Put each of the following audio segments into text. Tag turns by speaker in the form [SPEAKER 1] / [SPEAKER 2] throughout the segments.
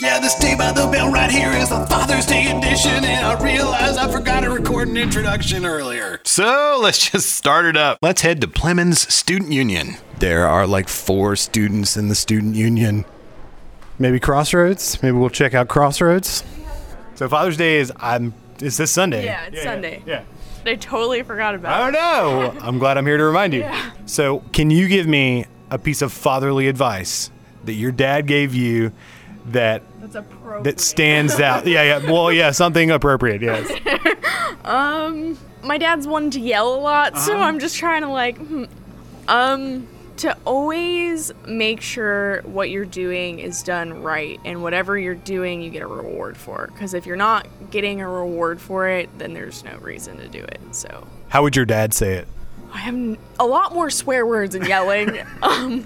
[SPEAKER 1] Yeah, this day by the bell right here is the Father's Day edition, and I realize I forgot to record an introduction earlier. So let's just start it up. Let's head to Plemons Student Union. There are like four students in the student union.
[SPEAKER 2] Maybe Crossroads. Maybe we'll check out Crossroads. So Father's Day is I'm is this Sunday?
[SPEAKER 3] Yeah, it's Sunday.
[SPEAKER 2] Yeah.
[SPEAKER 3] I totally forgot about
[SPEAKER 2] I
[SPEAKER 3] it.
[SPEAKER 2] don't know. I'm glad I'm here to remind you. So can you give me a piece of fatherly advice that your dad gave you that
[SPEAKER 3] That's appropriate.
[SPEAKER 2] that stands out? Yeah, yeah. Well, yeah, something appropriate. Yes.
[SPEAKER 3] My dad's one to yell a lot, so I'm just trying to like, hmm, um, to always make sure what you're doing is done right, and whatever you're doing, you get a reward for. Because if you're not getting a reward for it, then there's no reason to do it. So
[SPEAKER 2] How would your dad say it?
[SPEAKER 3] I am a lot more swear words and yelling. um,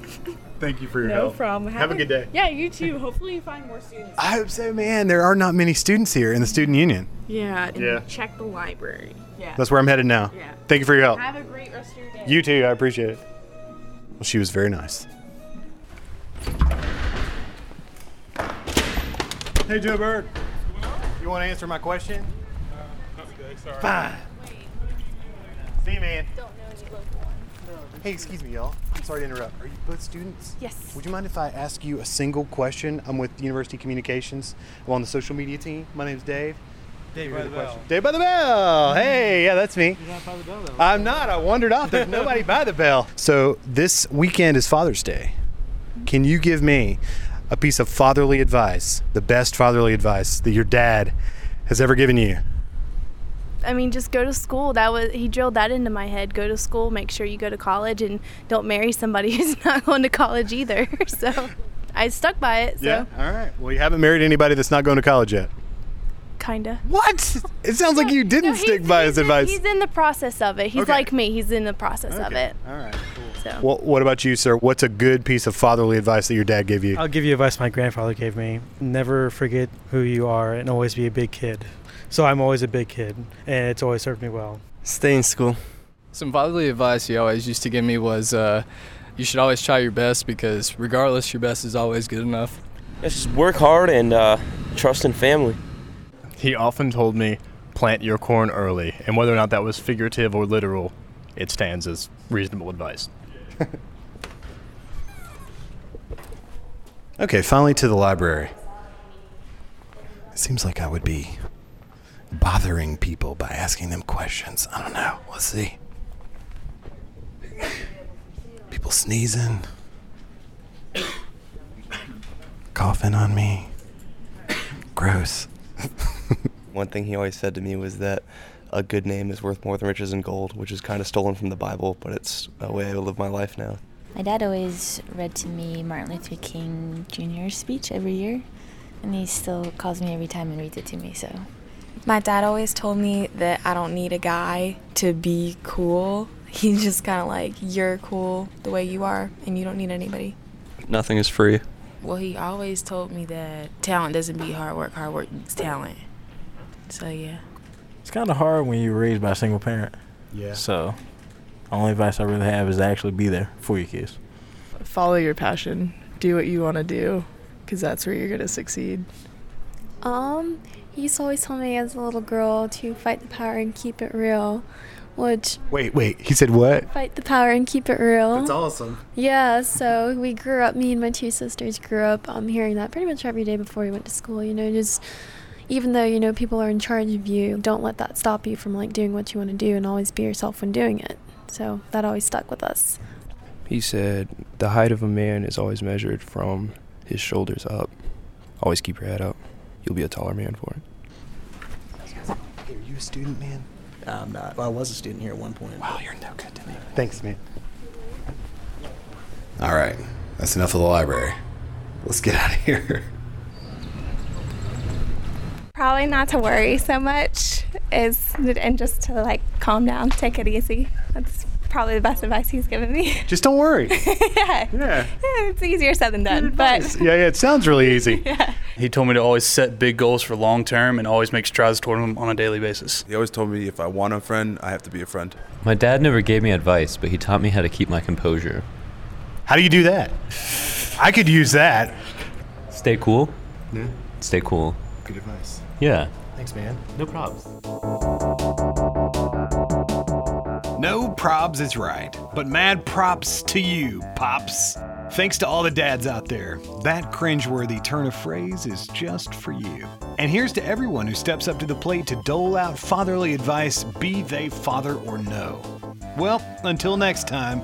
[SPEAKER 2] Thank you for your
[SPEAKER 3] no problem.
[SPEAKER 2] Have a good day.
[SPEAKER 3] Yeah, you too. Hopefully, you find more students.
[SPEAKER 2] I hope so, man. There are not many students here in the student union.
[SPEAKER 3] Yeah. And
[SPEAKER 2] Yeah.
[SPEAKER 3] Check the library. Yeah.
[SPEAKER 2] That's where I'm headed now.
[SPEAKER 3] Yeah.
[SPEAKER 2] Thank you for your help.
[SPEAKER 3] Have a great rest of your day.
[SPEAKER 2] You too. I appreciate it. Well, she was very nice. Hey, Joe Bird. You want to answer my question? Fine. See you, man. Hey, excuse me, y'all. I'm sorry to interrupt. Are you both students?
[SPEAKER 3] Yes.
[SPEAKER 2] Would you mind if I ask you a single question? I'm with University Communications. I'm on the social media team. My name's Dave. Dave by the bell. Dave by the bell. Hey, yeah, that's me. I'm not. I wandered off. There's nobody by the bell. So this weekend is Father's Day. Can you give me a piece of fatherly advice, the best fatherly advice that your dad has ever given you?
[SPEAKER 4] I mean, just go to school. That was he drilled that into my head. Go to school, make sure you go to college, and don't marry somebody who's not going to college either. So, I stuck by it. So,
[SPEAKER 2] All right. Well, you haven't married anybody that's not going to college yet.
[SPEAKER 4] kinda.
[SPEAKER 2] What? It sounds like you didn't
[SPEAKER 4] No, he's-
[SPEAKER 2] stick by
[SPEAKER 4] he's
[SPEAKER 2] his
[SPEAKER 4] in-
[SPEAKER 2] advice.
[SPEAKER 4] He's in the process of it. He's
[SPEAKER 2] Okay.
[SPEAKER 4] like me. He's in the process of it.
[SPEAKER 2] All right. Cool.
[SPEAKER 4] So,
[SPEAKER 2] Well, what about you, sir? What's a good piece of fatherly advice that your dad gave you?
[SPEAKER 5] I'll give you advice my grandfather gave me. Never forget who you are and always be a big kid. So I'm always a big kid, and it's always served me well.
[SPEAKER 6] Stay in school.
[SPEAKER 7] Some fatherly advice he always used to give me was uh, you should always try your best because, regardless, your best is always good enough.
[SPEAKER 6] Just work hard and uh, trust in family.
[SPEAKER 8] He often told me, plant your corn early, and whether or not that was figurative or literal, it stands as reasonable advice.
[SPEAKER 2] Okay, finally to the library. It seems like I would be bothering people by asking them questions. I don't know. Let's see. People sneezing, coughing on me. Gross.
[SPEAKER 6] One thing he always said to me was that a good name is worth more than riches and gold, which is kind of stolen from the Bible, but it's a way I live my life now.
[SPEAKER 9] My dad always read to me Martin Luther King Jr.'s speech every year, and he still calls me every time and reads it to me. So
[SPEAKER 10] My dad always told me that I don't need a guy to be cool. He's just kind of like, you're cool the way you are, and you don't need anybody.
[SPEAKER 6] Nothing is free.
[SPEAKER 11] Well, he always told me that talent doesn't beat hard work. Hard work beats talent. So yeah.
[SPEAKER 12] It's kind of hard when you're raised by a single parent.
[SPEAKER 2] Yeah.
[SPEAKER 12] So, only advice I really have is to actually be there for your kids.
[SPEAKER 11] Follow your passion. Do what you want to do, because that's where you're gonna succeed.
[SPEAKER 4] um, he used to always tell me as a little girl to fight the power and keep it real, which
[SPEAKER 2] Wait, wait. He said what?
[SPEAKER 4] fight the power and keep it real.
[SPEAKER 2] awesome.
[SPEAKER 4] Yeah, so we grew up, me and my two sisters grew up um, hearing that pretty much every day before we went to school. You know, just even though, you know, people are in charge of you, don't let that stop you from like doing what you want to do and always be yourself when doing it. So that always stuck with us.
[SPEAKER 6] He said, The height of a man is always measured from his shoulders up. Always keep your head up. You'll be a taller man for it.
[SPEAKER 2] Hey, are you a student, man?
[SPEAKER 13] I'm not. Well, I was a student here at one point.
[SPEAKER 2] Wow, you're no good to me. Thanks, man. All right, that's enough of the library. Let's get out of here.
[SPEAKER 4] Probably not to worry so much is and just to like calm down, take it easy. That's probably the best advice he's given me.
[SPEAKER 2] Just don't worry.
[SPEAKER 4] yeah.
[SPEAKER 2] Yeah.
[SPEAKER 4] It's easier said than done, but
[SPEAKER 2] Yeah, yeah, it sounds really easy.
[SPEAKER 13] He told me to always set big goals for long term and always make strides toward them on a daily basis.
[SPEAKER 8] He always told me if I want a friend, I have to be a friend.
[SPEAKER 7] My dad never gave me advice, but he taught me how to keep my composure.
[SPEAKER 2] How do you do that? I could use that.
[SPEAKER 7] Stay cool.
[SPEAKER 8] stay cool.
[SPEAKER 14] Good advice.
[SPEAKER 8] Yeah.
[SPEAKER 14] Thanks, man.
[SPEAKER 8] No probs.
[SPEAKER 2] No probs is right, but mad props to you, pops. Thanks to all the dads out there. That cringeworthy turn of phrase is just for you. And here's to everyone who steps up to the plate to dole out fatherly advice, be they father or no. Well, until next time,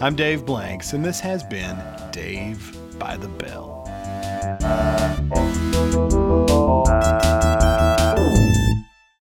[SPEAKER 2] I'm Dave Blanks, and this has been Dave by the Bell.